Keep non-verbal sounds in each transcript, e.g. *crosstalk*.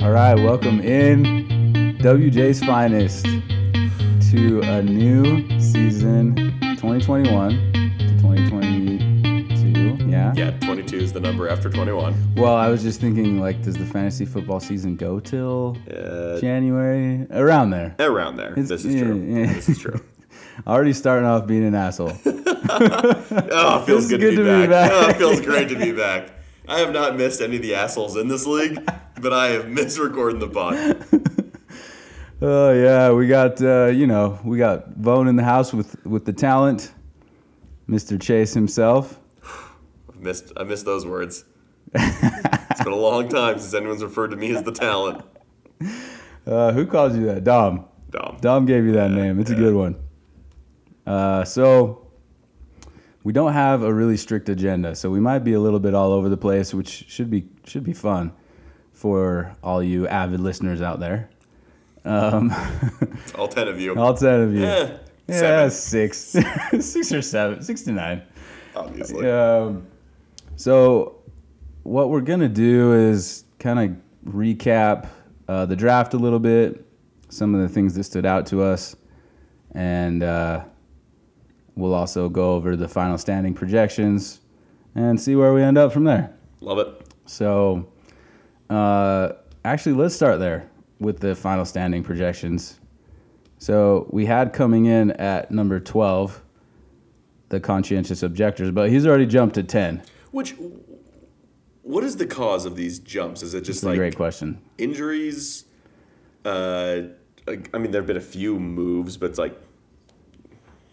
All right, welcome in WJ's finest to a new season 2021 to 2022. Yeah. Yeah, 22 is the number after 21. Well, I was just thinking like does the fantasy football season go till Uh, January around there? around there. It's- This is yeah, true. yeah. This *laughs* is true. Already starting off being an asshole. *laughs* Oh, it feels is good, to, be back. Oh, it back. feels great to be back. I have not missed any of the assholes in this league, but I have missed recording the pod. Oh yeah, we got uh, you know we got Vone in the house with with the talent, Mr. Chase himself. I've missed, I missed those words. It's been a long time since anyone's referred to me as the talent. Uh, who calls you that, Dom? Dom. Dom gave you that name. It's a good one. Uh, so we don't have a really strict agenda, so we might be a little bit all over the place, which should be should be fun for all you avid listeners out there. Um, *laughs* All 10 of you. all ten of you. Eh, yeah, seven, six, *laughs* six or seven, six to nine. obviously. Um, so, what we're gonna do is kind of recap uh, the draft a little bit, some of the things that stood out to us, and uh, we'll also go over the final standing projections and see where we end up from there. Love it. So, uh, actually, let's start there with the final standing projections. So, we had coming in at number 12 the conscientious objectors, but he's already jumped to 10. Which, what is the cause of these jumps? Is it just It's a like great question. injuries. Uh, like, I mean, there have been a few moves, but it's like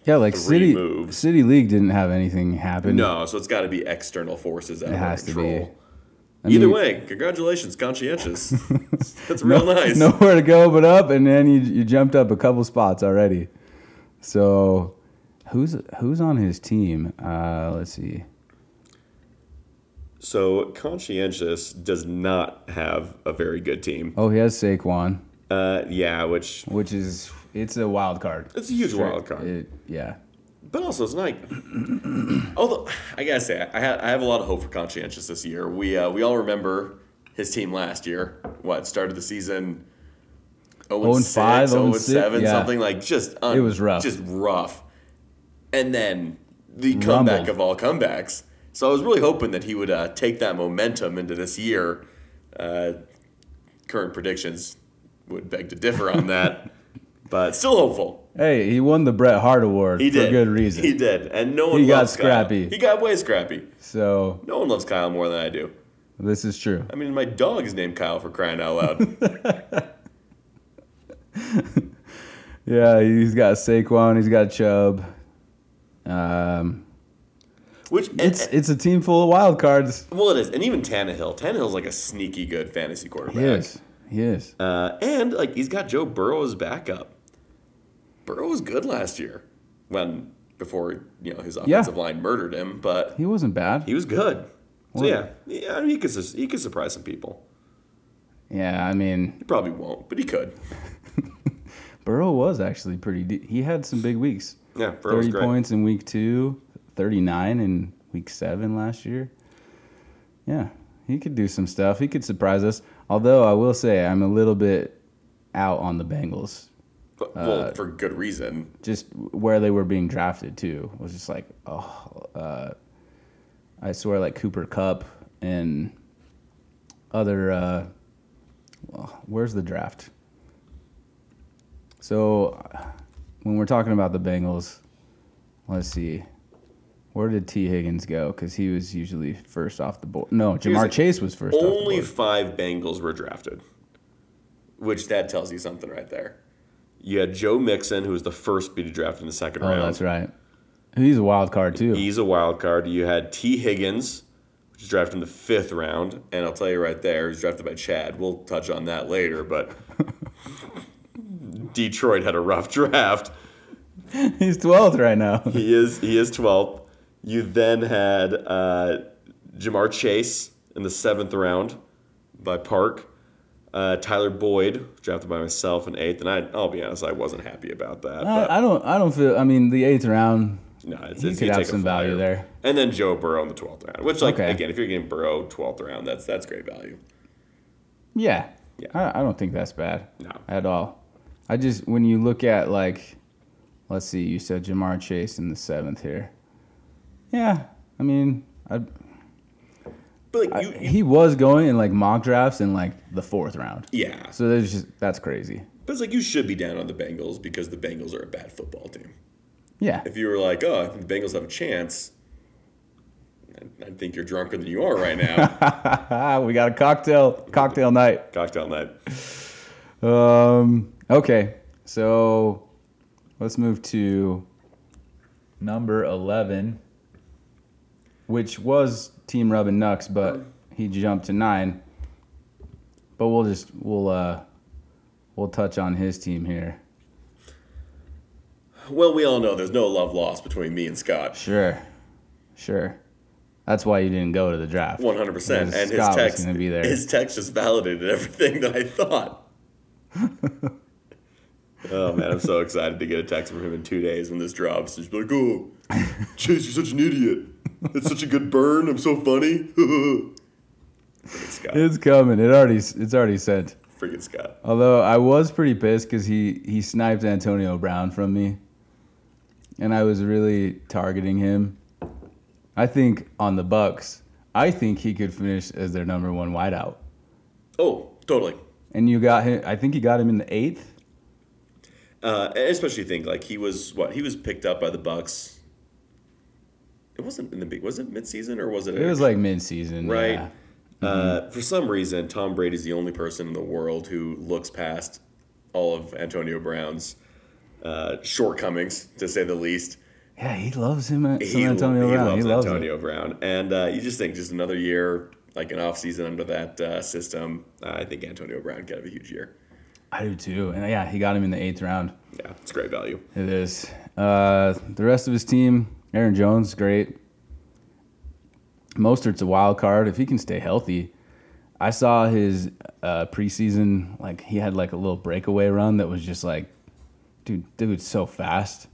Yeah, like three City moves. City League didn't have anything happen. *laughs* no. So it's got to be external forces out It of has to control. be. Either mean- way, *laughs* congratulations, conscientious. That's real nice. Nowhere to go but up, and then you, you jumped up a couple spots already. So, who's who's on his team? Uh, let's see. So conscientious does not have a very good team. Oh, he has Saquon, Uh, yeah, which which is it's a wild card. it's a huge wild card. It- yeah. But also, it's not like. although I gotta say, I, ha- I have a lot of hope for conscientious this year. We uh, we all remember his team last year. What started the season? 0 and 5, 5, 0 0 7, yeah. something like just un- It was rough. Just rough. And then the comeback Rumbled. of all comebacks. So I was really hoping that he would uh, take that momentum into this year. Uh, current predictions would beg to differ *laughs* on that, but still hopeful. Hey, he won the Bret Hart Award He for did. good reason. He did, and no one. He got loves Kyle. scrappy. He got way scrappy. So No one loves Kyle more than I do. this is true. I mean, my dog is named Kyle for crying out *laughs* loud. Yeah, he's got Saquon. He's got Chubb. Um, Which and, it's it's a team full of wild cards. well, it is, and even Tannehill. Tannehill's like a sneaky good fantasy quarterback. He is. He is. Uh, and like he's got Joe Burrow as backup. Burrow was good last year when before you know his offensive line murdered him, but He wasn't bad. he was good. So Well- yeah, yeah, I mean, he could sus- he could surprise some people. Yeah, I mean, He probably won't, but he could. Burrow was actually pretty. De- he had some big weeks. Yeah, Burrow's Thirty great. points in week two, 39 in week seven last year. Yeah, he could do some stuff. He could surprise us. Although I will say, I'm a little bit out on the Bengals But- uh, well, for good reason. just where they were being drafted too was just like oh uh, i swear like cooper cup and other uh, well, where's the draft so when we're talking about the bengals let's see where did t higgins go because he was usually first off the board no was jamar like chase was first off the Only board. five Bengals were drafted, which that tells you something right there. You had Joe Mixon, who was the first to be drafted in the second oh round. that's right he's a wild card too He's a wild card. You had T. Higgins, which is drafted in the fifth round, and I'll tell you right there, he's drafted by Chad. We'll touch on that *laughs* later, but Detroit had a rough draft. *laughs* he's 12th right now He is he is twelfth. You then had uh, Jamar Chase in the seventh round by Park. Uh, Tyler Boyd drafted by myself in eighth, and I, I'll be honest, I wasn't happy about that. but I, I don't i don't feel i mean the eighth round no, it's, he it's, Ah, could you have take a some value flyer. there. And then Joe Burrow in the twelfth round, which like Okay. again, if you're getting Burrow twelfth round, that's that's great value. Yeah. Yeah. I, I don't think that's bad No. at all. I just when you look at like, let's see, you said Jamar Chase in the seventh here. Yeah, I mean, I, But like I, you, you he was going in like mock drafts in like the fourth round. yeah. So there's just that's crazy. But it's like you should be down on the Bengals because the Bengals are a bad football team. Yeah, *laughs* If you were like, oh, I think the Bengals have a chance, I, I think you're drunker than you are right *laughs* now. we got a cocktail cocktail night. Cocktail night. Um. Okay. So let's move to number eleven, which was Team Rubbin Nux, but he jumped to nine. But we'll just we'll uh we'll touch on his team here. Well, we all know there's no love lost between me and Scott. Sure. Sure. That's why you didn't go to the draft. One hundred percent, Because and his Scott was text, gonna be there. his text just validated everything that I thought. *laughs* oh man, I'm so excited to get a text from him in two days when this drops. He's like, *laughs* "Oh, Chase, you're such an idiot. It's such a good burn. I'm so funny." *laughs* Freaking Scott, It's coming. It already it's already sent. freaking Scott. Although I was pretty pissed because he he sniped Antonio Brown from me, and I was really targeting him. I think on the Bucks, I think he could finish as their number one wideout. Oh, totally. And you got him. I think you got him in the eighth. Uh, and especially think like he was what he was picked up by the Bucks. It wasn't in the big. Was it midseason or was it? It was like mid-season, right? yeah. Mm-hmm. Uh, for some reason, Tom Brady's the only person in the world who looks past all of Antonio Brown's uh, shortcomings, to say the least. Yeah, he loves him. At He San lo- Antonio Brown. loves he loves him. Antonio Brown, and uh, you just think just another year, like an off season under that uh, system. I think Antonio Brown could have a huge year. I do too. And yeah, he got him in the eighth round. Yeah, it's great value. It is. Uh, the rest of his team, Aaron Jones, great. Mostert's a wild card if he can stay healthy. I saw his uh, preseason, like he had like a little breakaway run that was just like, dude, dude's so fast.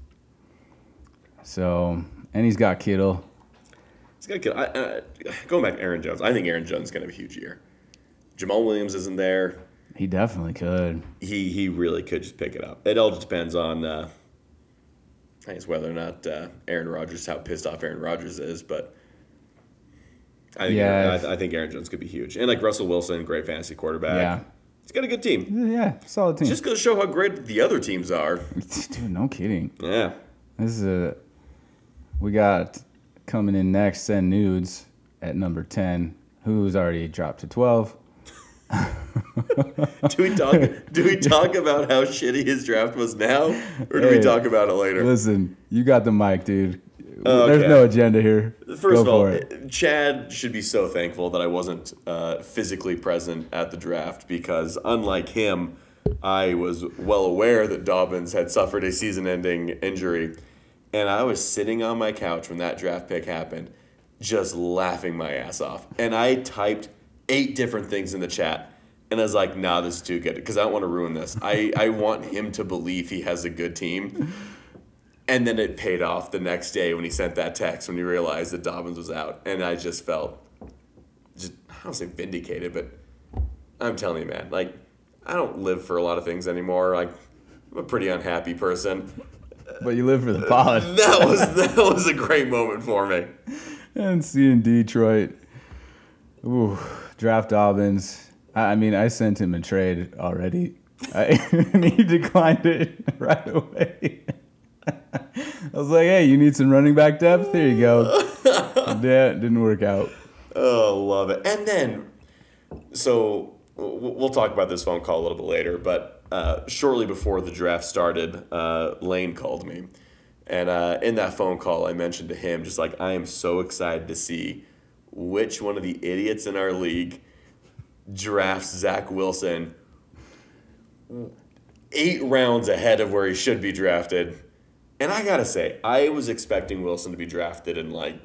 So, and he's got Kittle. He's got to I, I, going back to Aaron Jones. I think Aaron Jones is going to have a huge year. Jamal Williams isn't there. He definitely could. he he really could just pick it up. It all just depends on uh, I guess whether or not uh, Aaron Rodgers how pissed off Aaron Rodgers is, but I think Yeah, Aaron, if- I, I think Aaron Jones could be huge, and like Russell Wilson, great fantasy quarterback. Yeah. Mm-hmm. he's got a good team. Yeah, solid team. Just goes to show how great the other teams are. *laughs* dude, no kidding. Yeah, This is a. We got coming in next, Send Nudes at number 10, who's already dropped to 12. do we talk do we talk about how shitty his draft was now, or do we Hey. talk about it later? Listen, you got the mic, dude. Oh, There's okay. no agenda here. First of all, for it. Chad should be so thankful that I wasn't uh, physically present at the draft because, unlike him, I was well aware that Dobbins had suffered a season ending injury. And I was sitting on my couch when that draft pick happened, just laughing my ass off. And I typed eight different things in the chat. And I was like, nah, this is too good because I don't want to ruin this. I, I want him to believe he has a good team. And then it paid off the next day when he sent that text when he realized that Dobbins was out. And I just felt, just, I don't say vindicated, but I'm telling you, man, like, I don't live for a lot of things anymore. Like, I'm a pretty unhappy person. *laughs* But you live for the pod. That was that was a great moment for me. and seeing Detroit. Ooh, draft Dobbins. I, I mean, I sent him a trade already. I, *laughs* and he declined it *laughs* right away. *laughs* I was like, hey, you need some running back depth? Here you *laughs* go. yeah, it didn't work out. Oh, love it. And then, so w- we'll talk about this phone call a little bit later, but uh, shortly before the draft started, uh, Lane called me. And uh, in that phone call, I mentioned to him, just like, I am so excited to see which one of the idiots in our league drafts Zach Wilson eight rounds ahead of where he should be drafted. And I gotta say, I was expecting Wilson to be drafted in like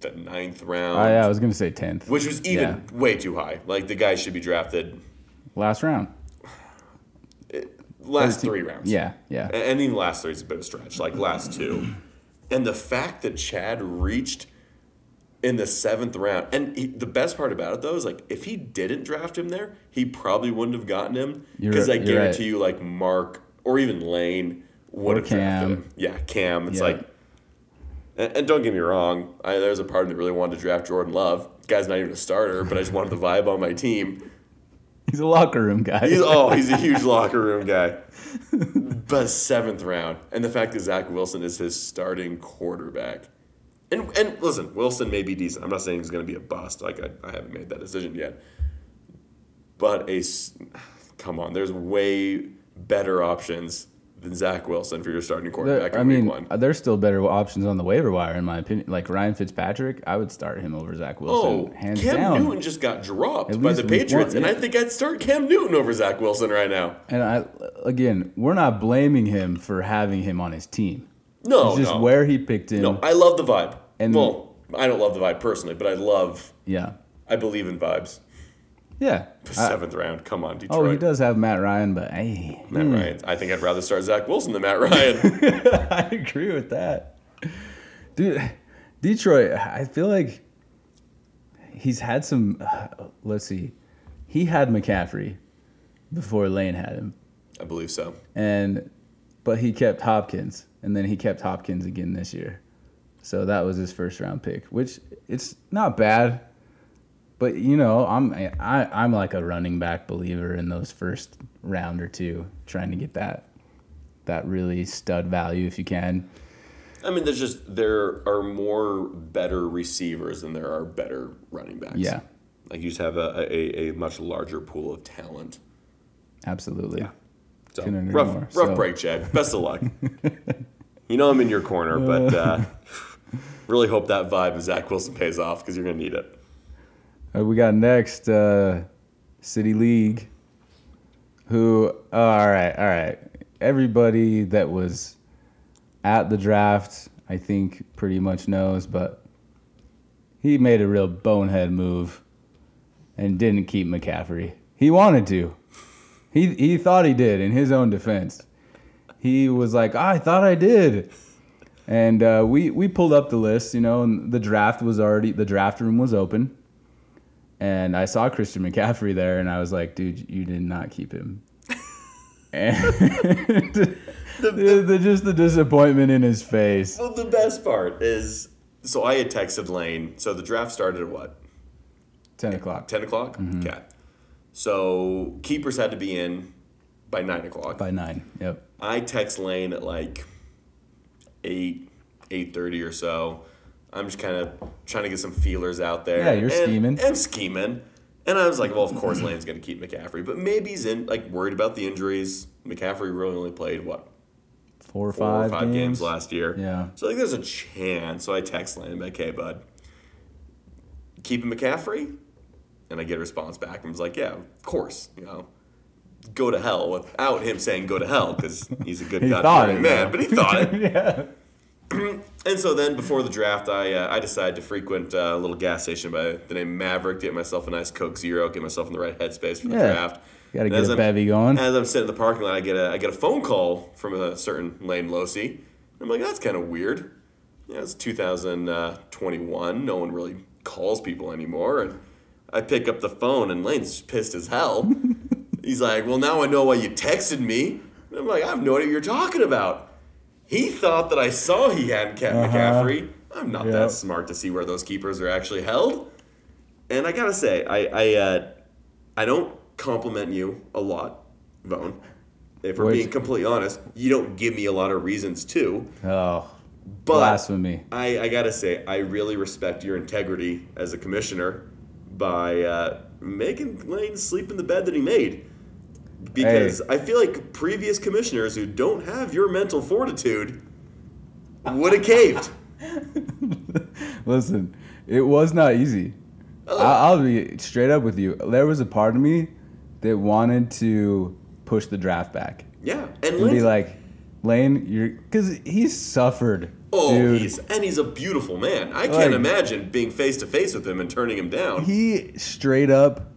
the ninth round Oh, yeah, I was going to say 10th. which was even Yeah. way too high. Like the guy should be drafted Last round. last three rounds. Yeah, yeah. A- and even last three is a bit of a stretch. Like last two, and the fact that Chad reached in the seventh round. And he, the best part about it though is like if he didn't draft him there, he probably wouldn't have gotten him You're- because I you're guarantee right. you like Mark or even Lane would Or have drafted Cam. him. Yeah, Cam. It's Yeah. like, and, and don't get me wrong, I, there's a part of me that really wanted to draft Jordan Love. guy's not even a starter, but I just wanted the vibe on my team. *laughs* He's a locker room guy. *laughs* He's oh, he's a huge locker room guy. But seventh round, and the fact that Zach Wilson is his starting quarterback, and and listen, Wilson may be decent. I'm not saying he's going to be a bust. Like I, I haven't made that decision yet. But a, s- come on, there's way better options than Zach Wilson for your starting quarterback There- I in week mean, one. there's still better options on the waiver wire, in my opinion. Like Ryan Fitzpatrick, I would start him over Zach Oh, Wilson, hands Cam down. Newton just got dropped At by least the week one, Patriots, and yeah. I think I'd start Cam Newton over Zach Wilson right now. And I, again, we're not blaming him for having him on his team. No, It's just Oh, no. where he picked him. No, I love the vibe. And- well, I don't love the vibe personally, but I love. yeah, I believe in vibes. yeah. The I- seventh round. Come on, Detroit. oh, he does Hmm. have Matt Ryan, but hey, Matt Ryan. I think I'd rather start Zach Wilson than Matt *laughs* Ryan. I agree with that. Dude, Detroit, I feel like he's had some. uh, Let's see. He had McCaffrey before Lane had him. I believe so. And but he kept Hopkins and then he kept Hopkins again this year. So that was his first round pick, which it's not bad. But you know, I'm I, I'm like a running back believer in those first round or two, trying to get that that really stud value if you can. I mean, there's just there are more better receivers than there are better running backs. Yeah. Like you just have a, a, a much larger pool of talent. Absolutely. So Couldn't agree rough more. rough So- break, *laughs* Chad. Best of luck. you know I'm in your corner, but *laughs* uh, really hope that vibe of Zach Wilson pays off because you're gonna need it. Uh, we got next uh, City League. Who? oh, all right, all right. Everybody that was at the draft, I think, pretty much knows, but he made a real bonehead move and didn't keep McCaffrey. He wanted to. He he thought he did. In his own defense, he was like, "Ah, "I thought I did." And uh, we we pulled up the list, you know, and the draft was already the draft room was open and I saw Christian McCaffrey there, and I was like, dude, you did not keep him. *laughs* and the- the- just the disappointment in his face. Well, the best part is so I had texted Lane. So the draft started at what? Ten o'clock 10 o'clock? Mm-hmm. Okay. So keepers had to be in by 9 o'clock. by nine. Yep. I text Lane at like 8, 8.30 or so. I'm just kind of trying to get some feelers out there. Yeah, you're and, scheming. And scheming. And I was like, well, of course Lane's going to keep McCaffrey. But maybe he's in, like, worried about the injuries. McCaffrey really only played, what, Four or four five, or five games. games. last year. Yeah. So like, there's a chance. So I text Landon, like, "Hey, bud, keeping McCaffrey," and I get a response back, and was like, "Yeah, of course, you know." Go to hell without him saying go to hell because he's a *laughs* good He God thought fearing it, man, though. but he *laughs* thought it. yeah. And so then before the draft, I uh, I decided to frequent uh, a little gas station by the name Maverick, get myself a nice Coke Zero, get myself in the right headspace for the Yeah. draft. Got to And get as a I'm- bevy going. as I'm sitting in the parking lot, I get a I get a phone call from a certain Lane Losey. I'm like, that's kind of weird. Yeah, it's 2021. No one really calls people anymore. And I pick up the phone, and Lane's just pissed as hell. He's like, well, now I know why you texted me. And I'm like, I have no idea what you're talking about. He thought that I saw he hadn't kept McCaffrey. I'm not Yep. that smart to see where those keepers are actually held. And I gotta say, I I uh, I don't compliment you a lot, Vone. If we're Wait. being completely honest, you don't give me a lot of reasons to. Oh, But blasphemy. *laughs* I, I gotta say, I really respect your integrity as a commissioner by uh, making Lane sleep in the bed that he made. Because I feel like previous commissioners who don't have your mental fortitude would have caved. Listen, it was not easy. I- I'll be straight up with you. There was a part of me that wanted to push the draft back Yeah, and and be Lane's, like, Lane, you're because he suffered. oh, dude. he's and he's a beautiful man. I can't Like- imagine being face to face with him and turning him down. he straight up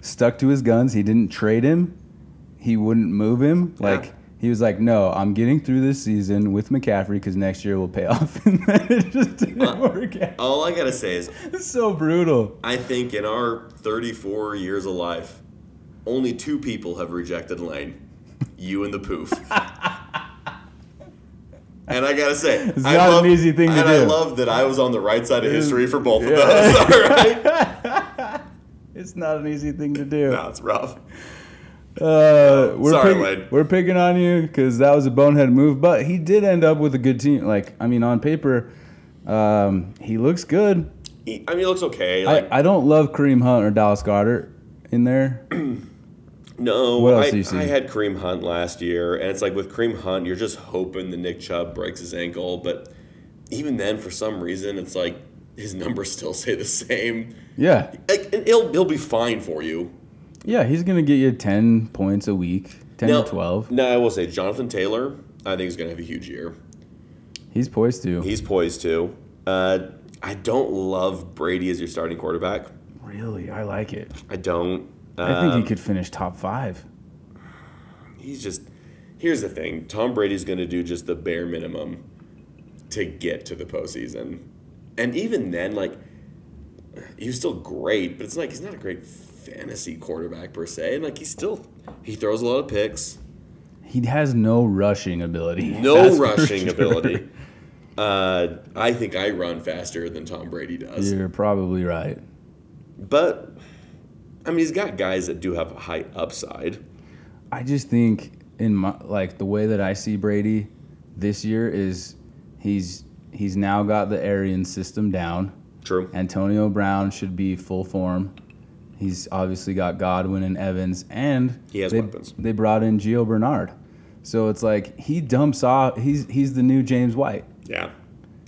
stuck to his guns. He didn't trade him. He wouldn't move him. Yeah. Like He was like, "No, I'm getting through this season with McCaffrey because next year will pay *laughs* off." and then it just didn't work out. All I gotta say is, It's so brutal. I think in our 34 years of life, only two people have rejected Lane. You and the *laughs* poof. and I gotta say, It's I not an love- easy thing to and I do. love that I was on the right side of It is- history for both yeah. of those. *laughs* All *laughs* right, It's not an easy thing to do. that's rough. Uh, we're Sorry, pick- Wade. We're picking on you because that was a bonehead move, but he did end up with a good team. Like, I mean, on paper, um, he looks good. He, I mean, he looks okay. Like, I, I don't love Kareem Hunt or Dallas Goddard in *clears throat* there. no, What else I, do you see? I had Kareem Hunt last year, and it's like with Kareem Hunt, you're just hoping the Nick Chubb breaks his ankle, but even then, for some reason, it's like his numbers still *laughs* say the same. Yeah, like and he'll he'll be fine for you. yeah, he's gonna get you ten points a week, ten Now- to twelve. No, I will say Jonathan Taylor. I think he's going to have a huge year. He's poised to. He's poised to. Uh, I don't love Brady as your starting quarterback. really, I like it. I don't. Um, I think he could finish top five. He's just. Here's the thing: Tom Brady's going to do just the bare minimum to get to the postseason, and even then, like he's still great, but it's like he's not a great fantasy quarterback per se, and like he still he throws a lot of picks. He has no rushing ability. *laughs* No That's for rushing sure. ability. Uh, I think I run faster than Tom Brady *laughs* does. You're probably right. But I mean, he's got guys that do have a high upside. I just think in my like the way that I see Brady this year is he's he's now got the Arian system down. True. Antonio Brown should be full form. He's obviously got Godwin and Evans, and He has they, weapons. They brought in Gio Bernard, so it's like he dumps off. He's he's the new James White. Yeah.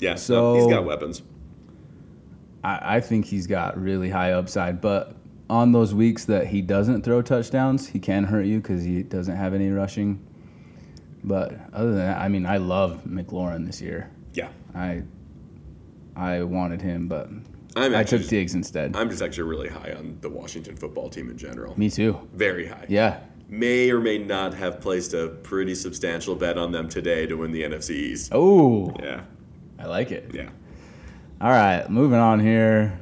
Yeah. So So- he's got weapons. I, I think he's got really high upside, but on those weeks that he doesn't throw touchdowns, he can hurt you because he doesn't have any rushing. But other than that, I mean, I love McLaurin this year. Yeah. I I wanted him, but I'm I actually, took Diggs instead. I'm just actually really high on the Washington football team in general. Me too. Very high. Yeah, May or may not have placed a pretty substantial bet on them today to win the NFC East. Oh, Yeah. I like it. Yeah. All right, moving on here.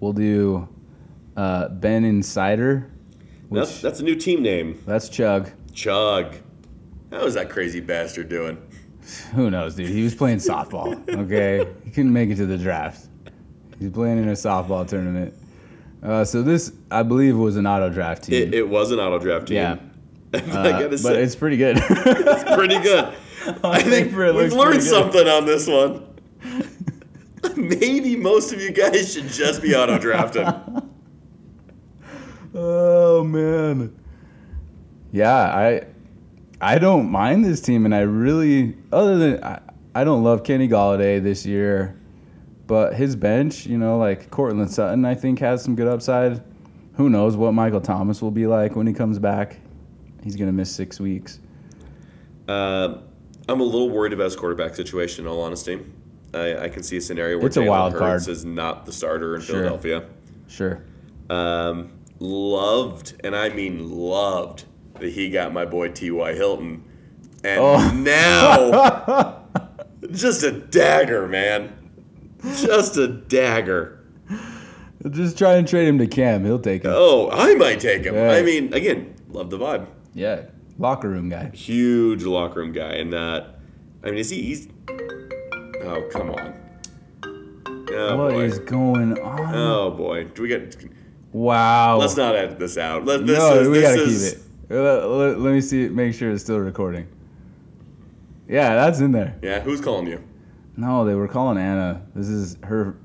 We'll do uh, Ben Insider, which That's, that's a new team name. that's Chug. Chug. How is that crazy bastard doing? Who knows, dude? He was playing *laughs* softball. Okay, he couldn't make it to the draft. He's playing in a softball tournament. Uh, so this, I believe, was an auto draft team. It, it was an auto draft team. Mm-hmm. Yeah. but Uh, *laughs* I gotta but say, it's pretty good. *laughs* it's pretty good. I think paper, it we've looks pretty learned good. something on *laughs* this one. Maybe most of you guys should just be auto drafted. *laughs* oh man. Yeah, I, I don't mind this team, and I really, other than I, I don't love Kenny Galladay this year, but his bench, you know, like Cortland Sutton, I think has some good upside. Who knows what Michael Thomas will be like when he comes back? He's gonna miss six weeks. Uh, I'm a little worried about his quarterback situation. In all honesty, I, I can see a scenario where It's a Jalen wild Hurts card. is not the starter in Sure. Philadelphia. Sure. Um, loved, and I mean loved, that he got my boy T.Y. Hilton. And Oh. now, *laughs* just a dagger, man. Just a dagger. Just try and trade him to Cam. He'll take it. Oh, I might take him. Yeah. I mean, again, love the vibe. Yeah. Locker room guy. Huge locker room guy, and that. I mean, is he? He's, oh, come on. Oh What is boy. going on? oh boy. Do we get? wow. Let's not edit this out. Let, this Oh. no, is, we this gotta is, keep it. Let, let- let me see. Make sure it's still recording. Yeah, that's in there. Yeah, who's calling you? No, they were calling Anna. This is her.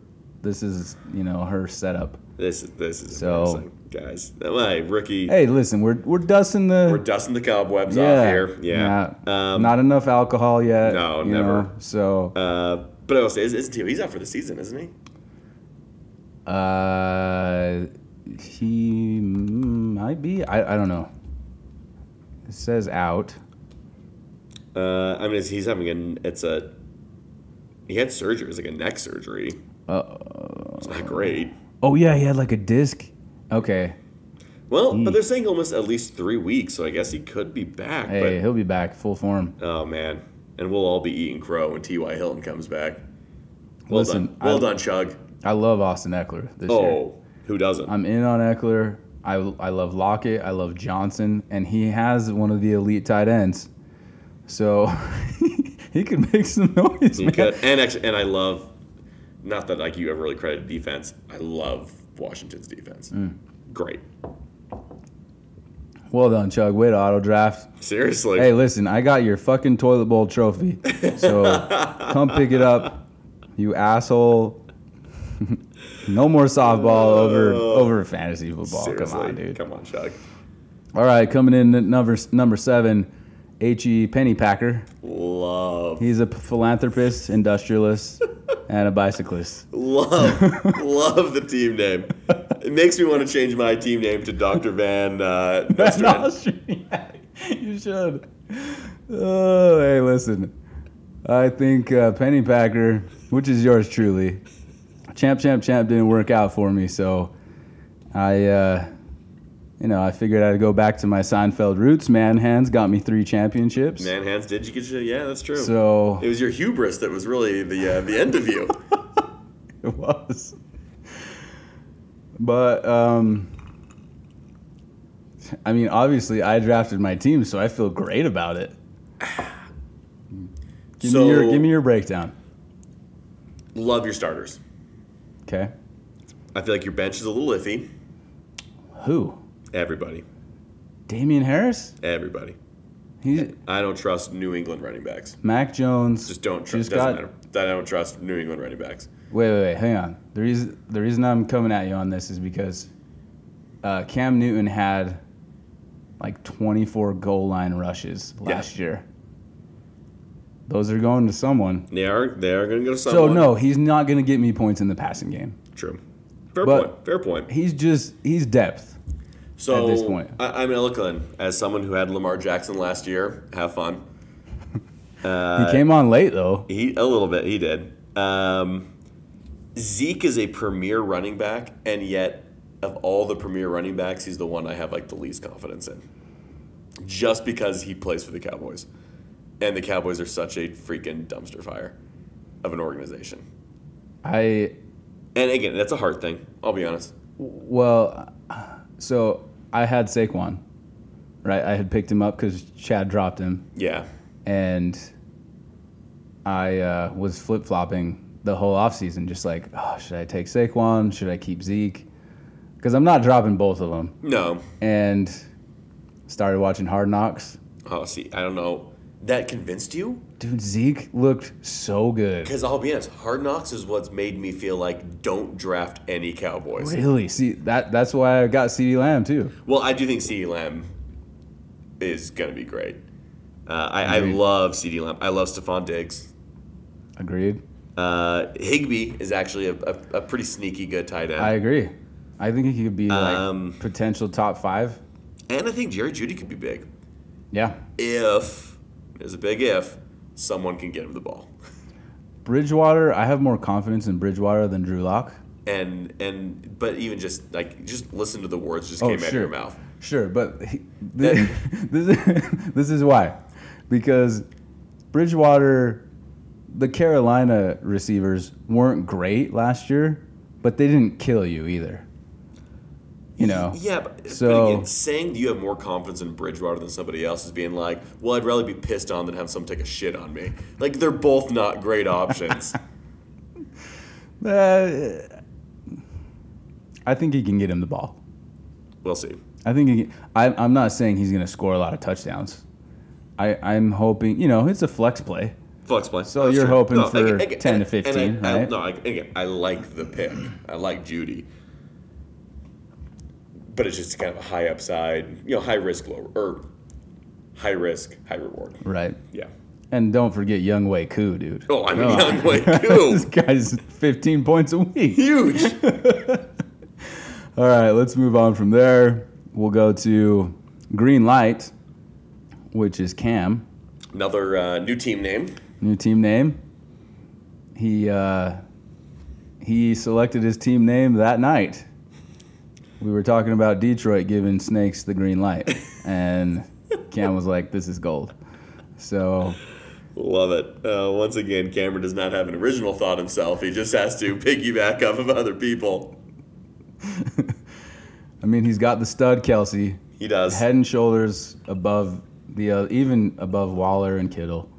This is you know her setup. This is this is So- embarrassing, guys. My rookie. Hey, listen, we're we're dusting the. We're dusting the cobwebs off here. Yeah. nah, um, not enough alcohol yet. No, you never. know, so uh, but I will say, is, is T- he's out for the season, isn't he? uh, he might be. I I don't know. It says out. Uh, I mean, it's- he's having an. It's a. He had surgery. It's like a neck surgery. Uh, It's not great. oh yeah, he had like a disc. Okay. Well, but they're saying almost at least three weeks, so I guess he could be back. Hey, But he'll be back full form. oh man, and we'll all be eating crow when T.Y. Hilton comes back. Well Listen, done, well I- done, Chug. I love Austin Eckler this year. Oh, who doesn't? I'm in on Eckler. I, I love Lockett. I love Johnson, and he has one of the elite tight ends, so *laughs* he could make some noise. He *laughs* man. could. And actually, and I love, not that like you ever really credit defense. I love Washington's defense. Mm. Great. Well done, Chug. Way to auto draft. Seriously. Hey, listen, I got your fucking toilet bowl trophy, *laughs* so come pick it up, you asshole. *laughs* no more softball over over fantasy football. Oh. Seriously. Come on, dude. Come on, Chug. All right, coming in at number number seven, H. E. Pennypacker. Love, He's a philanthropist, industrialist, and a bicyclist. *laughs* love, love the team name. It makes me want to change my team name to Dr. Van uh, *laughs* Nostrand. you should. Oh, hey, listen. I think uh, Penny Packer, which is yours truly, Champ Champ Champ didn't work out for me, so I, uh, you know, I figured I'd go back to my Seinfeld roots. Man hands got me three championships. Man, hands did you get you? Yeah, that's true. So it was your hubris that was really the uh, the end of you. *laughs* It was. But um I mean obviously I drafted my team so I feel great about it. *laughs* Give So- me your give me your breakdown. Love your starters. Okay. I feel like your bench is a little iffy. Who? Everybody, Damian Harris? everybody. He's I don't trust New England running backs. Mac Jones. Just don't trust. Just Doesn't got- matter. I don't trust New England running backs. Wait, wait, wait, hang on. The reason the reason I'm coming at you on this is because uh, Cam Newton had like 24 goal line rushes last year. Those are going to someone. They are they are going to go to So someone. no, he's not going to get me points in the passing game. True. Fair But- point. Fair point. He's just he's depth. So this point. I, I'm Illican as someone who had Lamar Jackson last year. Have fun. He came on late though. He a little bit. He did. Um, Zeke is a premier running back, and yet of all the premier running backs, he's the one I have like the least confidence in, just because he plays for the Cowboys, and the Cowboys are such a freaking dumpster fire of an organization. I And again, that's a hard thing. I'll be honest. well, so I had Saquon, right? I had picked him up because Chad dropped him, Yeah, and I uh, was flip flopping the whole offseason, just like, oh, should I take Saquon? Should I keep Zeke? Because I'm not dropping both of them. no. And started watching Hard Knocks. Oh, see, I don't know. That convinced you? Dude, Zeke looked so good. Because I'll be honest, Hard Knocks is what's made me feel like don't draft any Cowboys. Really? See that that's why I got CD Lamb too. Well, I do think CeeDee Lamb is going to be great. Uh, I, I Agreed. love CeeDee Lamb. I love Stephon Diggs. Agreed. Uh, Higby is actually a, a, a pretty sneaky good tight end. I agree. I think he could be like Um, potential top five. and I think Jerry Judy could be big. Yeah. If, is a big if, someone can get him the ball. Bridgewater, I have more confidence in Bridgewater than Drew Lock. And, and but even just like just listen to the words just Oh, came out of sure. your mouth. Sure, but he, *laughs* this, this, this is *laughs* why. Because Bridgewater, the Carolina receivers weren't great last year, but they didn't kill you either. You know? Yeah, but, So- but again, saying you have more confidence in Bridgewater than somebody else is being like, well, I'd rather be pissed on than have someone take a shit on me. Like, they're both not great *laughs* options. Uh, I think he can get him the ball. we'll see. I think he, I, I'm not saying he's going to score a lot of touchdowns. I, I'm hoping, you know, it's a flex play. Flex play. So you're hoping for 10 to 15, and I, I, right? no, I, again, I like the pick. I like Judy. But it's just kind of a high upside, you know, high risk, low, or high risk, high reward. Right. Yeah. And don't forget Young Wei Koo, dude. Oh, I mean, *laughs* Come on. Young *laughs* Wei Koo. this guy's 15 points a week. Huge. All right, let's move on from there. We'll go to Green Light, which is Cam, *laughs* Another uh, new team name. new team name. He, uh, he selected his team name that night. we were talking about Detroit giving snakes the green light, and Cam was like, "This is gold." So Love it. Uh, once again, Cameron does not have an original thought himself. He just has to piggyback off of other people. I mean, he's got the stud, Kelsey, He does. head and shoulders above the uh, even above Waller and Kittle.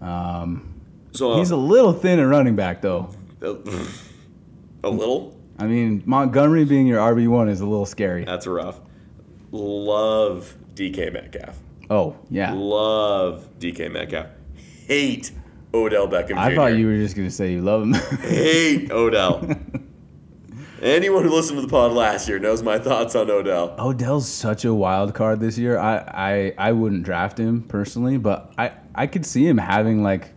so uh, He's a little thin at running back, though. *laughs* a, little. I mean, Montgomery being your RB one is a little scary. That's rough. Love DK Metcalf. Oh yeah, Love DK Metcalf. Hate Odell Beckham Jr. I thought you were just gonna say you love him. *laughs* hate Odell. Anyone who listened to the pod last year knows my thoughts on Odell. Odell's such a wild card this year. I, I, I wouldn't draft him personally, but I, I could see him having like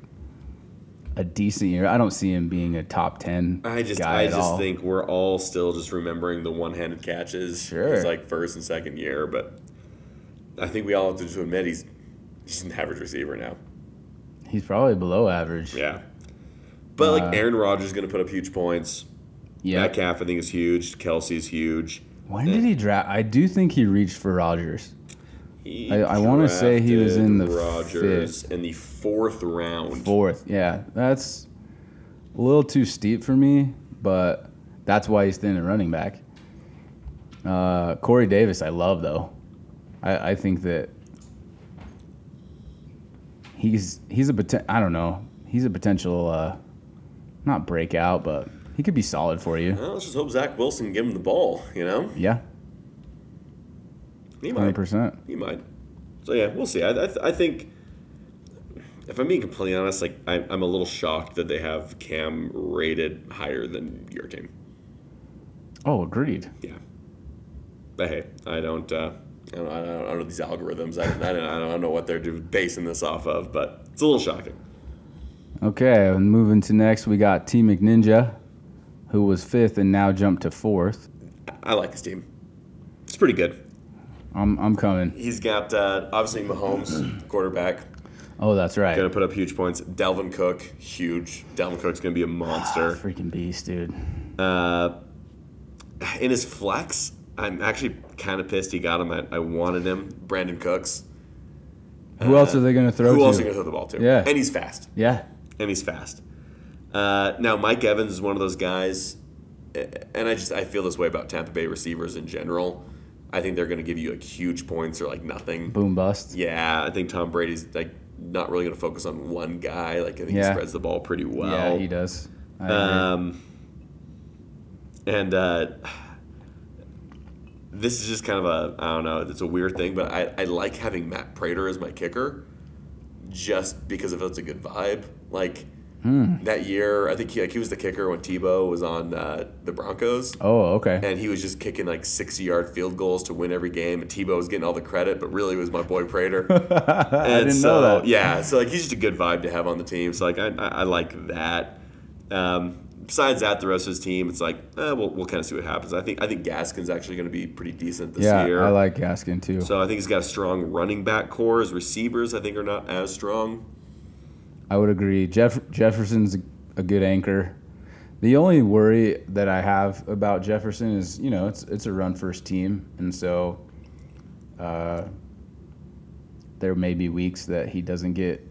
a decent year. I don't see him being a top ten. I just, guy I at just all. think we're all still just remembering the one-handed catches. Sure. It's like first and second year, but I think we all have to just admit he's he's an average receiver now. he's probably below average. Yeah. But Uh, like Aaron Rodgers is going to put up huge points. Yeah. Metcalf, I think, is huge. Kelsey's huge. When did he draft? I do think he reached for Rogers. He I- I wanna say he was drafted in the Rodgers in the fourth round. Fourth. Yeah, that's a little too steep for me, but that's why he's thin at running back. Uh, Corey Davis, I love though. I, I think that he's he's a poten- I don't know. He's a potential uh, not breakout, but he could be solid for you. Well, let's just hope Zach Wilson can give him the ball. You know, Yeah, he hundred might. percent. He might. So yeah, we'll see. I, I, th- I think if I'm being completely honest, like I, I'm a little shocked that they have Cam rated higher than your team. Oh, agreed. Yeah. But hey, I don't. Uh, I don't, I don't, I don't know these algorithms. I don't, I, don't, I don't know what they're do- basing this off of, but it's a little shocking. Okay, and moving to next, we got T McNinja, who was fifth and now jumped to fourth. I like his team. It's pretty good. I'm I'm coming. He's got uh, obviously Mahomes, quarterback, Oh, that's right. going to put up huge points. Delvin Cook, huge. Delvin Cook's going to be a monster. Freaking beast, dude. Uh, in his flex, I'm actually kind of pissed he got him. I, I wanted him. Brandon Cooks. Who else are they going to throw Who to? else are you going to throw the ball to? Yeah. And he's fast. yeah. and he's fast. Uh, now Mike Evans is one of those guys, a- and I just I feel this way about Tampa Bay receivers in general. I think they're going to give you like huge points or like nothing. Boom bust. Yeah, I think Tom Brady's like not really going to focus on one guy. Like I think Yeah. he spreads the ball pretty well. yeah, he does. I agree. Um, and uh, this is just kind of a I don't know. It's a weird thing, but I, I like having Matt Prater as my kicker, just because of it's a good vibe. Like that year, I think he, like he was the kicker when Tebow was on uh, the Broncos. oh, okay. *laughs* And he was just kicking like sixty-yard field goals to win every game, and Tebow was getting all the credit, but really it was my boy Prater. I And didn't so, know that. Yeah, so like he's just a good vibe to have on the team. So like I, I I like that. Um, besides that, the rest of his team, it's like eh, we'll, we'll kind of see what happens. I think I think Gaskin's actually going to be pretty decent this Yeah, year. I like Gaskin too. so I think he's got a strong running back core. His receivers, I think, are not as strong. I would agree. Jeff Jefferson's a good anchor. The only worry that I have about Jefferson is, you know, it's it's a run first team, and so uh, there may be weeks that he doesn't get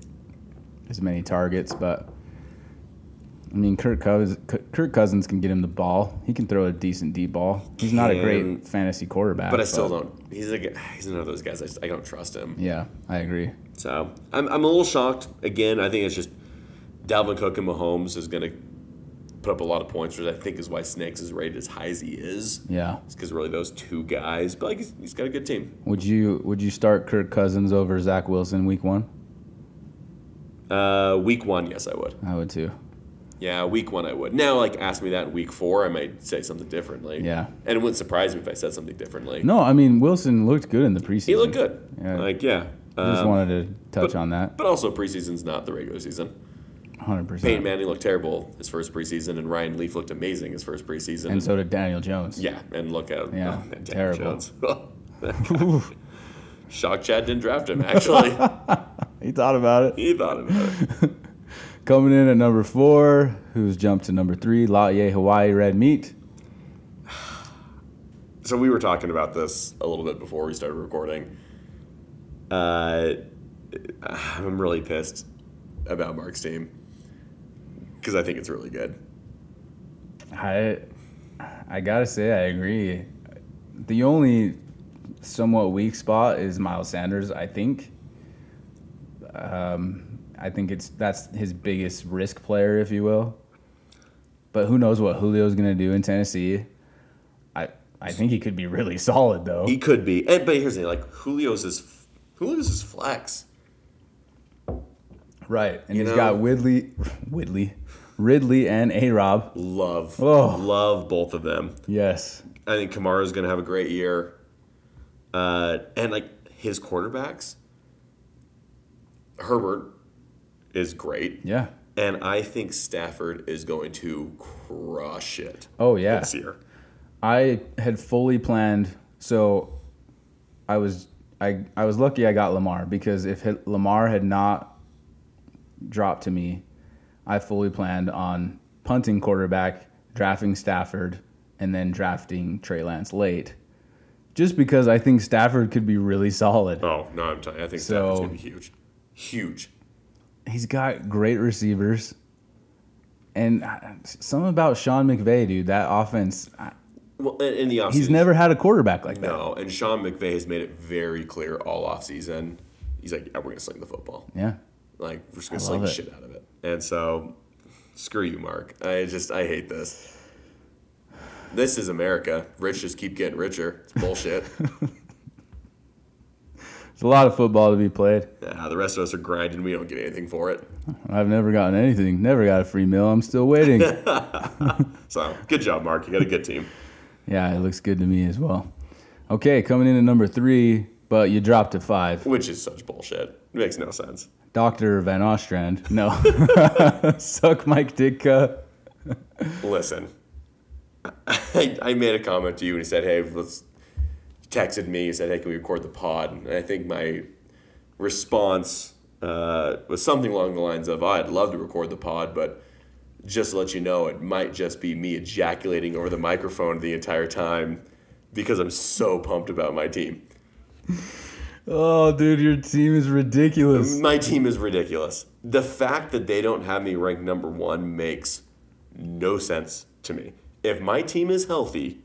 as many targets. But I mean, Kirk Cousins, Kirk Cousins can get him the ball. He can throw a decent deep ball. He's not a Can. great fantasy quarterback, But I still don't. He's like he's another of those guys. I, just, I don't trust him. Yeah, I agree. So I'm, I'm a little shocked. Again, I think it's just Dalvin Cook and Mahomes is going to put up a lot of points, which I think is why Snakes is rated as high as he is. Yeah. It's because really those two guys, but like he's, he's got a good team. Would you would you start Kirk Cousins over Zach Wilson week one? Uh, week one, yes, I would. I would too. Yeah, week one, I would. Now, like, ask me that in week four, I might say something differently. Yeah. and it wouldn't surprise me if I said something differently. No, I mean Wilson looked good in the preseason. he looked good. Yeah. Like, yeah. I just Um, wanted to touch but- on that. But also, preseason's not the regular season. 100. Peyton percent Manning looked terrible his first preseason, and Ryan Leaf looked amazing his first preseason. And so did Daniel Jones. *laughs* yeah, and look at *laughs* Yeah, oh, man, Daniel terrible. Jones. Shock Chad didn't draft him. *laughs* Actually, He thought about it. he thought about it. Coming in at number four, who's jumped to number three, Laie Hawaii Red Meat. so we were talking about this a little bit before we started recording. Uh, I'm really pissed about Mark's team because I think it's really good. I I gotta say I agree. The only somewhat weak spot is Miles Sanders. I think. Um, I think it's that's his biggest risk player, if you will. But who knows what Julio's gonna do in Tennessee? I I think he could be really solid though. He could be, and but here's the thing: like Julio's is Julio's is flex. Right, and You he's know- got Widley, *laughs* Widley, Ridley, and A Rob. Love, Oh. love both of them. Yes, I think Kamara's going to have a great year. Uh, and like his quarterbacks, Herbert is great, yeah. and I think Stafford is going to crush it Oh yeah. this year. I had fully planned. So I was I I was lucky I got Lamar because if hit, Lamar had not dropped to me, I fully planned on punting quarterback, drafting Stafford, and then drafting Trey Lance late. Just because I think Stafford could be really solid. Oh no, I'm telling you, I think So- Stafford's going to be huge, huge. He's got great receivers. And uh, something about Sean McVay, dude, that offense, I- Well, in, in the offseason, he's never had a quarterback like that. no. And Sean McVay has made it very clear all offseason. He's like, yeah, we're going to sling the football. Yeah. Like we're just gonna I sling love the it. shit out of it. And so, screw you, Mark. I just I hate this. This is America. Rich just keep getting richer. It's *laughs* bullshit. It's a lot of football to be played. nah, the rest of us are grinding. We don't get anything for it. I've never gotten anything. Never got a free meal. I'm still waiting. So good job, Mark. You got a good team. yeah, it looks good to me as well. Okay, coming in at number three, but you dropped to five. Which is such bullshit. It makes no sense. Dr. Van Ostrand. No. *laughs* Suck Mike Ditka. Listen, I, I made a comment to you and he said, "Hey, let's." he Texted me. He said, "Hey, can we record the pod?" And I think my response uh, was something along the lines of, "Oh, "I'd love to record the pod, but just to let you know, it might just be me ejaculating over the microphone the entire time because I'm so pumped about my team. Oh, dude, your team is ridiculous. My team is ridiculous. The fact that they don't have me ranked number one makes no sense to me. If my team is healthy,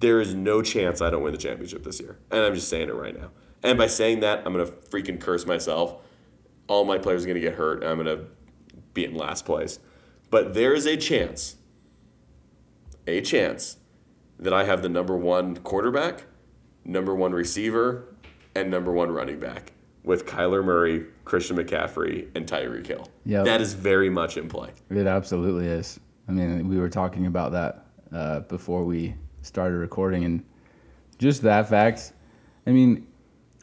there is no chance I don't win the championship this year. And I'm just saying it right now. And by saying that, I'm going to freaking curse myself. All my players are going to get hurt, and I'm going to be in last place. But there is a chance, a chance, that I have the number one quarterback, number one receiver, and number one running back with Kyler Murray, Christian McCaffrey, and Tyreek Hill. Yep. That is very much in play. It absolutely is. I mean, we were talking about that uh, before we started recording, and just that fact. I mean,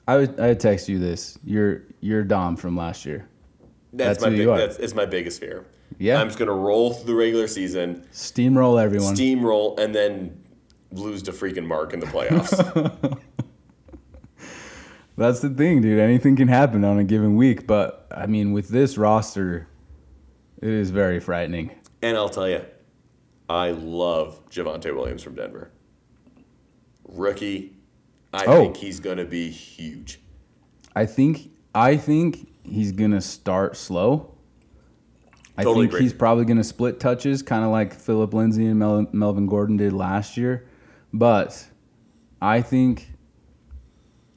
I would I would text you this. You're you're Dom from last year. That's, That's my who big, you are. that's it's my biggest fear. Yeah. I'm just gonna roll through the regular season, Steamroll everyone. steamroll, and then lose to freaking Mark in *laughs* the playoffs. That's the thing, dude. Anything can happen on a given week, but I mean, with this roster, it is very frightening. and I'll tell you, I love Javante Williams from Denver. Rookie, I Oh. think he's gonna be huge. I think I think he's gonna start slow. I Totally think agree. he's probably gonna split touches, kind of like Philip Lindsay and Mel- Melvin Gordon did last year. But I think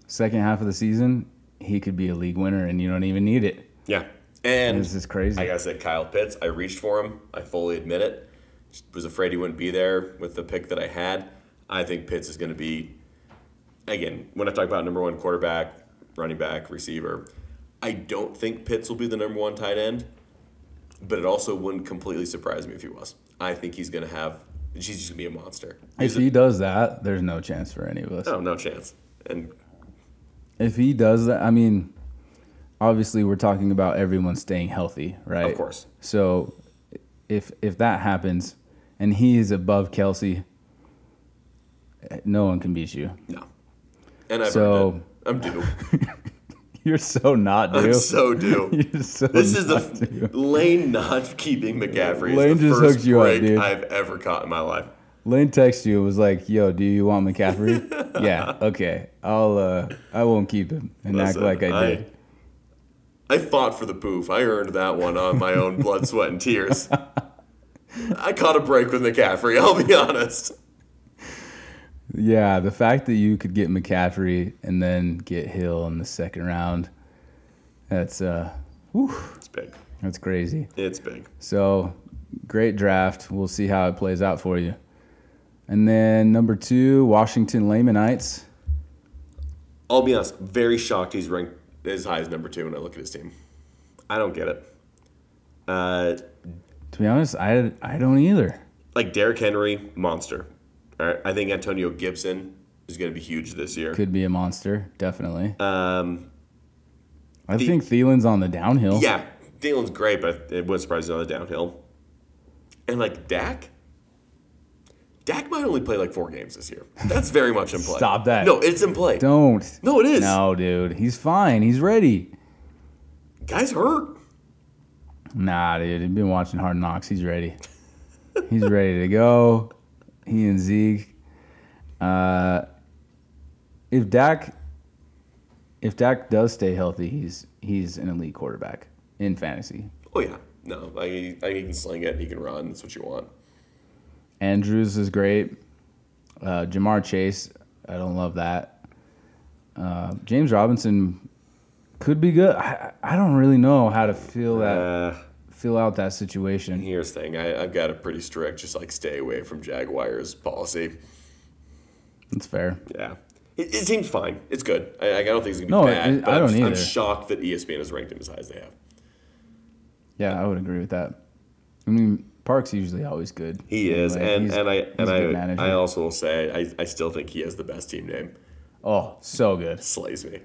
second half of the season he could be a league winner, and you don't even need it. Yeah. And This is crazy. I gotta say, Kyle Pitts, I reached for him. I fully admit it. Just Was afraid he wouldn't be there with the pick that I had. I think Pitts is gonna be, again, when I talk about number one quarterback, running back, receiver, I don't think Pitts will be the number one tight end, but it also wouldn't completely surprise me if he was. I think he's gonna have, he's just gonna be a monster. if He's a- he does that, there's no chance for any of us. no, no chance. And If he does that, I mean, obviously we're talking about everyone staying healthy, right? Of course. So if if that happens and he is above Kelsey, eh, no one can beat you. *laughs* no. And I've So- earned it. I'm due. You're so not I'm due. *laughs* so due. *laughs* You're so This is not due. the Lane not keeping McCaffrey. Lane is the just first hooked you up, break dude. I've ever caught in my life. Lane texted you and was like, "Yo, do you want *laughs* McCaffrey?" yeah, okay. I'll uh, I won't keep him and Listen, act like I did. I fought for the poof. I earned that one on my own *laughs* blood, sweat, and tears. I caught a break with McCaffrey. I'll be honest. Yeah, the fact that you could get McCaffrey and then get Hill in the second round, that's uh, whew, It's big. that's crazy. It's big. So great draft. We'll see how it plays out for you. And then number two, Washington Lamanites. I'll be honest. Very shocked he's ranked as high as number two when I look at his team. I don't get it. Uh, To be honest, I I don't either. like Derrick Henry, monster. All right. I think Antonio Gibson is going to be huge this year. Could be a monster, definitely. Um, I think Thielen's on the downhill. yeah, Dylan's great, but it wouldn't surprise me on the downhill. And like Dak, Dak might only play like four games this year. That's very much in play. Stop that. No, it's in play. Don't. No, it is. No, dude. He's fine. He's ready. Guys hurt. Nah, dude. He's been watching Hard Knocks. He's ready. He's ready to go. He and Zeke. Uh, if Dak, if Dak does stay healthy, he's he's an elite quarterback in fantasy. Oh yeah. No, like he, like, he can sling it. He can run. That's what you want. Andrews is great. Uh, Jamar Chase, I don't love that. Uh, James Robinson could be good. I, I don't really know how to feel that Uh, feel out that situation. here's the thing. I, I've got a pretty strict, just like stay away from Jaguars policy. That's fair. Yeah. It, it seems fine. It's good. I, I don't think it's gonna be No, bad. it- but I I'm don't just- I'm either. shocked that E ESPN has ranked him as high as they have. Yeah, I would agree with that. I mean, Park's usually always good. He is, Anyway, and, he's- and I he's and a good I manager. I also will say I, I still think he has the best team name. oh, so good. Slays me.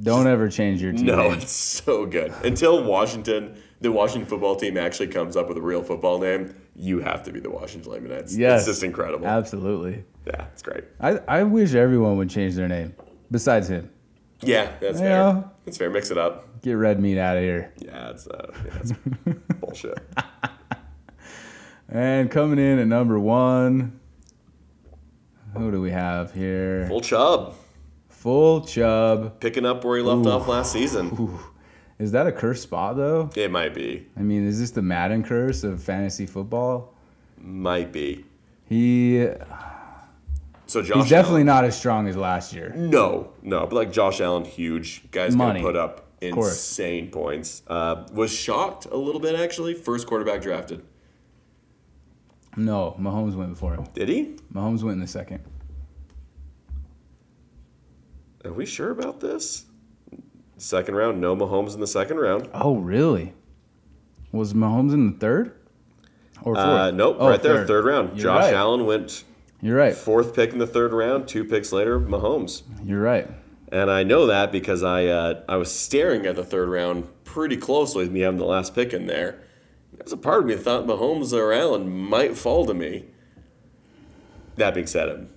Don't ever change your team. No, name. it's so good. Until Washington, the Washington football team actually comes up with a real football name, you have to be the Washington Lamanites. Yes. it's just incredible. absolutely. yeah, it's great. I I wish everyone would change their name besides him. Yeah, that's Yeah. fair. That's fair. Mix it up. Get red meat out of here. Yeah, it's uh, yeah, *laughs* it's bullshit. And coming in at number one, who do we have here? Full Chubb Full Chubb. picking up where he left off last season. Is that a cursed spot though? It might be, I mean, is this the Madden curse of fantasy football? might be. He So Josh he's definitely Allen- not as strong as last year. No, no, but like Josh Allen, huge guys gonna Money. put up course. insane points. Uh, was shocked a little bit actually. First quarterback drafted. No, Mahomes went before him. Did he? Mahomes went in the second. Are we sure about this? Second round, no Mahomes in the second round. Oh, really? Was Mahomes in the third or fourth? Uh, nope, Oh, right there, third, round. You're Josh right. Allen went You're right. fourth pick in the third round. Two picks later, Mahomes. You're right. And I know that because I uh, I was staring at the third round pretty closely with me having the last pick in there. There's a part of me that thought Mahomes or Allen might fall to me. That being said, I'm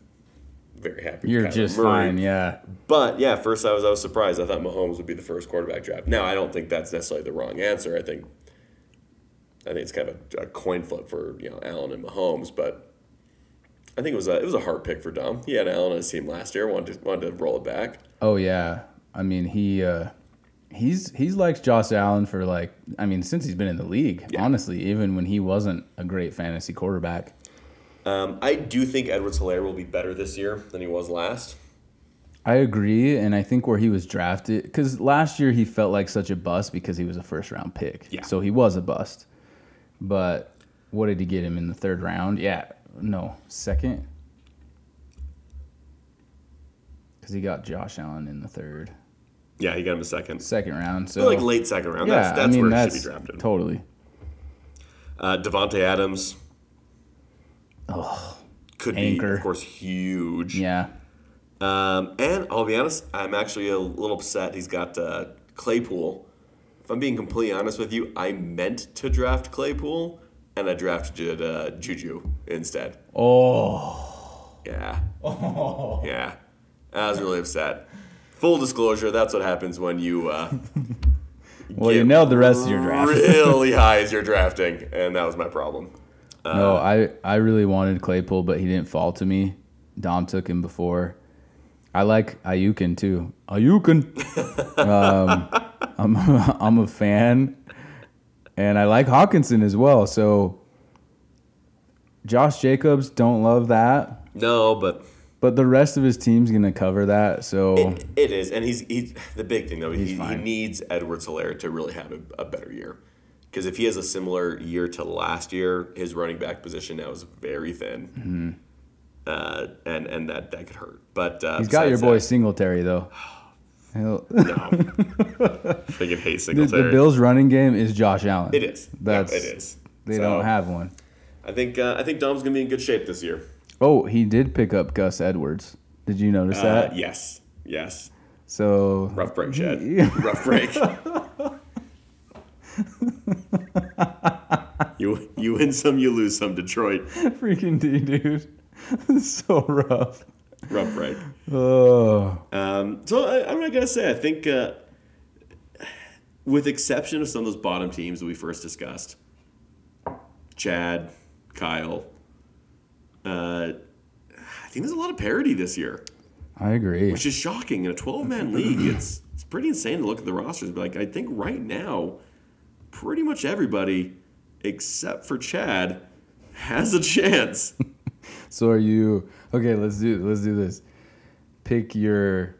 very happy. with You're Kyler just Murray. fine. Yeah. But yeah, first I was I was surprised. I thought Mahomes would be the first quarterback draft. Now I don't think that's necessarily the wrong answer. I think I think it's kind of a, a coin flip for you know Allen and Mahomes, but I think it was a it was a hard pick for Dom. He had Allen on his team last year. wanted to, wanted to roll it back. Oh yeah. I mean, he uh he's he's liked Josh Allen for like I mean, since he's been in the league, honestly, even when he wasn't a great fantasy quarterback. Um, I do think Edwards Hilaire will be better this year than he was last. I agree, and I think where he was drafted because last year he felt like such a bust because he was a first round pick. Yeah. So he was a bust. But what did he get him in the third round? Yeah, no, second. Because he got Josh Allen in the third, Yeah, he got him a second. second round. So But like late second round. yeah, that's that's I mean where that's he should be drafted. totally. Uh, Devonte Adams. Could be, Anchor. of course, huge. Yeah, Um, and I'll be honest, I'm actually a little upset. He's got uh, Claypool. If I'm being completely honest with you, I meant to draft Claypool, and I drafted uh, Juju instead. Oh, *laughs* Yeah. Yeah. I was really upset. Full disclosure, that's what happens when you uh, *laughs* well, you get nailed the rest of your draft. *laughs* really high as you're drafting, and that was my problem. no, Uh, I, I really wanted Claypool, but he didn't fall to me. Dom took him before. I like Ayukin too. *laughs* Ayukin. um, I'm *laughs* I'm a fan, and I like Hawkinson as well. So Josh Jacobs don't love that, No, but but the rest of his team's gonna cover that. So it, it is, and he's he's the big thing though. He, he fine. needs Edwards Hilaire to really have a, a better year, because if he has a similar year to last year, his running back position now is very thin, Mm-hmm. uh, and and that that could hurt. But uh, he's got your besides boy Singletary *gasps* though. He'll- that, No, *laughs* freaking hate the, Singletary. the Bills' running game is Josh Allen. It is. That's yeah, it is. They So, don't have one. I think uh, I think Dom's gonna be in good shape this year. Oh, he did pick up Gus Edwards. Did you notice Uh, that? yes. Yes. So Rough break, *laughs* Chad. Rough break. you you win some, you lose some. Detroit. freaking D, dude. *laughs* so rough. Rough break. Oh, Um, so I, I'm not gonna say. I think, uh, with exception of some of those bottom teams that we first discussed, Chad, Kyle. Uh, I think there's a lot of parity this year. I agree. which is shocking in a 12 *laughs* man league. It's it's pretty insane to look at the rosters. But like I think right now, pretty much everybody except for Chad has a chance. So are you okay? Let's do let's do this. Pick your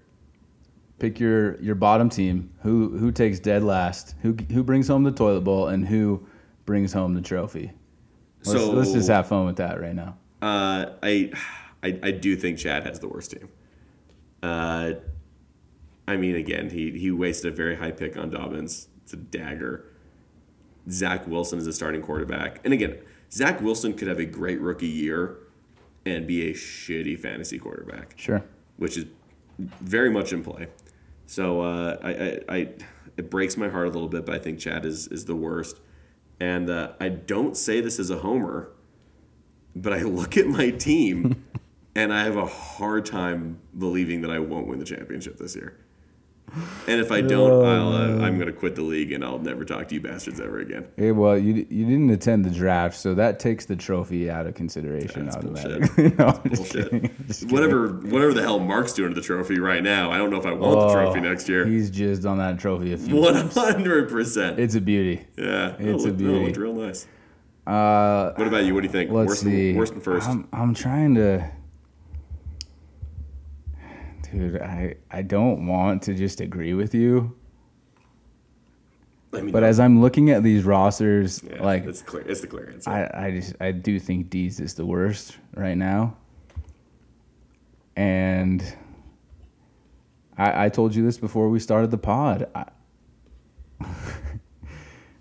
pick your your bottom team. Who who takes dead last? Who who brings home the toilet bowl and who brings home the trophy? *laughs* Let's, so let's just have fun with that right now. uh, I, I I do think Chad has the worst team. Uh, I mean, again, he he wasted a very high pick on Dobbins. It's a dagger. Zach Wilson is a starting quarterback, and again, Zach Wilson could have a great rookie year and be a shitty fantasy quarterback. Sure. which is very much in play. So uh, I, I, I, it breaks my heart a little bit, but I think Chad is is the worst. And uh, I don't say this as a homer, but I look at *laughs* my team, and I have a hard time believing that I won't win the championship this year. And if I Oh, don't, I'll, uh, I'm going to quit the league, and I'll never talk to you bastards *laughs* ever again. Hey, Eh, well, you you didn't attend the draft, so that takes the trophy out of consideration That's automatically. *laughs* no, I'm just Bullshit. kidding. Just kidding. Whatever, whatever the hell Mark's doing to the trophy right now, I don't know if I want the trophy Oh, next year. He's jizzed on that trophy a few. One hundred percent. It's a beauty. Yeah, It's that a looked- that looked beauty. real nice. Uh, What about you? What do you think? let's worst, see. Um, And, worst and 1st I'm, I'm trying to. Dude, I I don't want to just agree with you, I mean, but as I'm looking at these rosters, yeah, like it's clear. It's the clear answer. I, I just I do think D's is the worst right now. And I, I told you this before we started the pod. I, *laughs*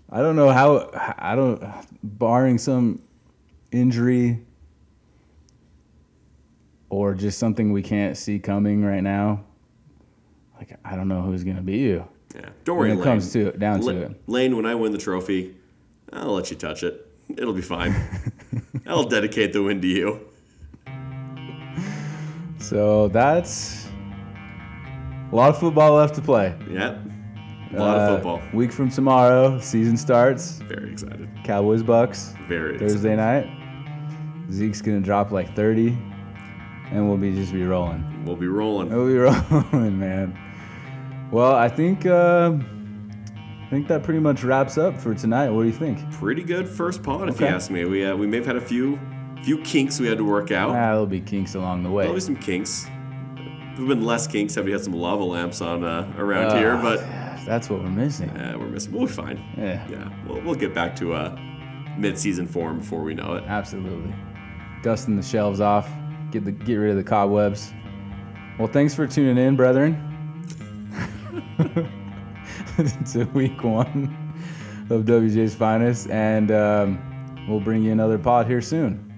I don't know how I don't barring some injury or just something we can't see coming right now. Like I don't know who's gonna be you. yeah. Don't worry, When it Lane. comes to it, down La- to it. Lane, when I win the trophy, I'll let you touch it. It'll *laughs* be fine. I'll dedicate the win to you. So that's a lot of football left to play. Yeah. A lot of Uh, football. Week from tomorrow, season starts. Very excited. Cowboys Bucks Very excited. Thursday night. Zeke's gonna drop like 30, and we'll be just be rolling. We'll be rolling. We'll be *laughs* rolling, man. Well, I think uh, I think that pretty much wraps up for tonight. What do you think? Pretty good first pod, if you Okay. ask me. We uh, we may have had a few few kinks we had to work out. Ah, there'll be kinks along the way. Probably some kinks. There've been less kinks. Have we had some lava lamps on uh, around here? Ah, But that's what we're missing. uh, we're missing. We'll be fine. Yeah, Yeah, we'll, we'll get back to uh, mid-season form before we know it. absolutely. Dusting the shelves off, get the get rid of the cobwebs. Well, thanks for tuning in, brethren. *laughs* to week one of WJ's Finest, and um, we'll bring you another pod here soon.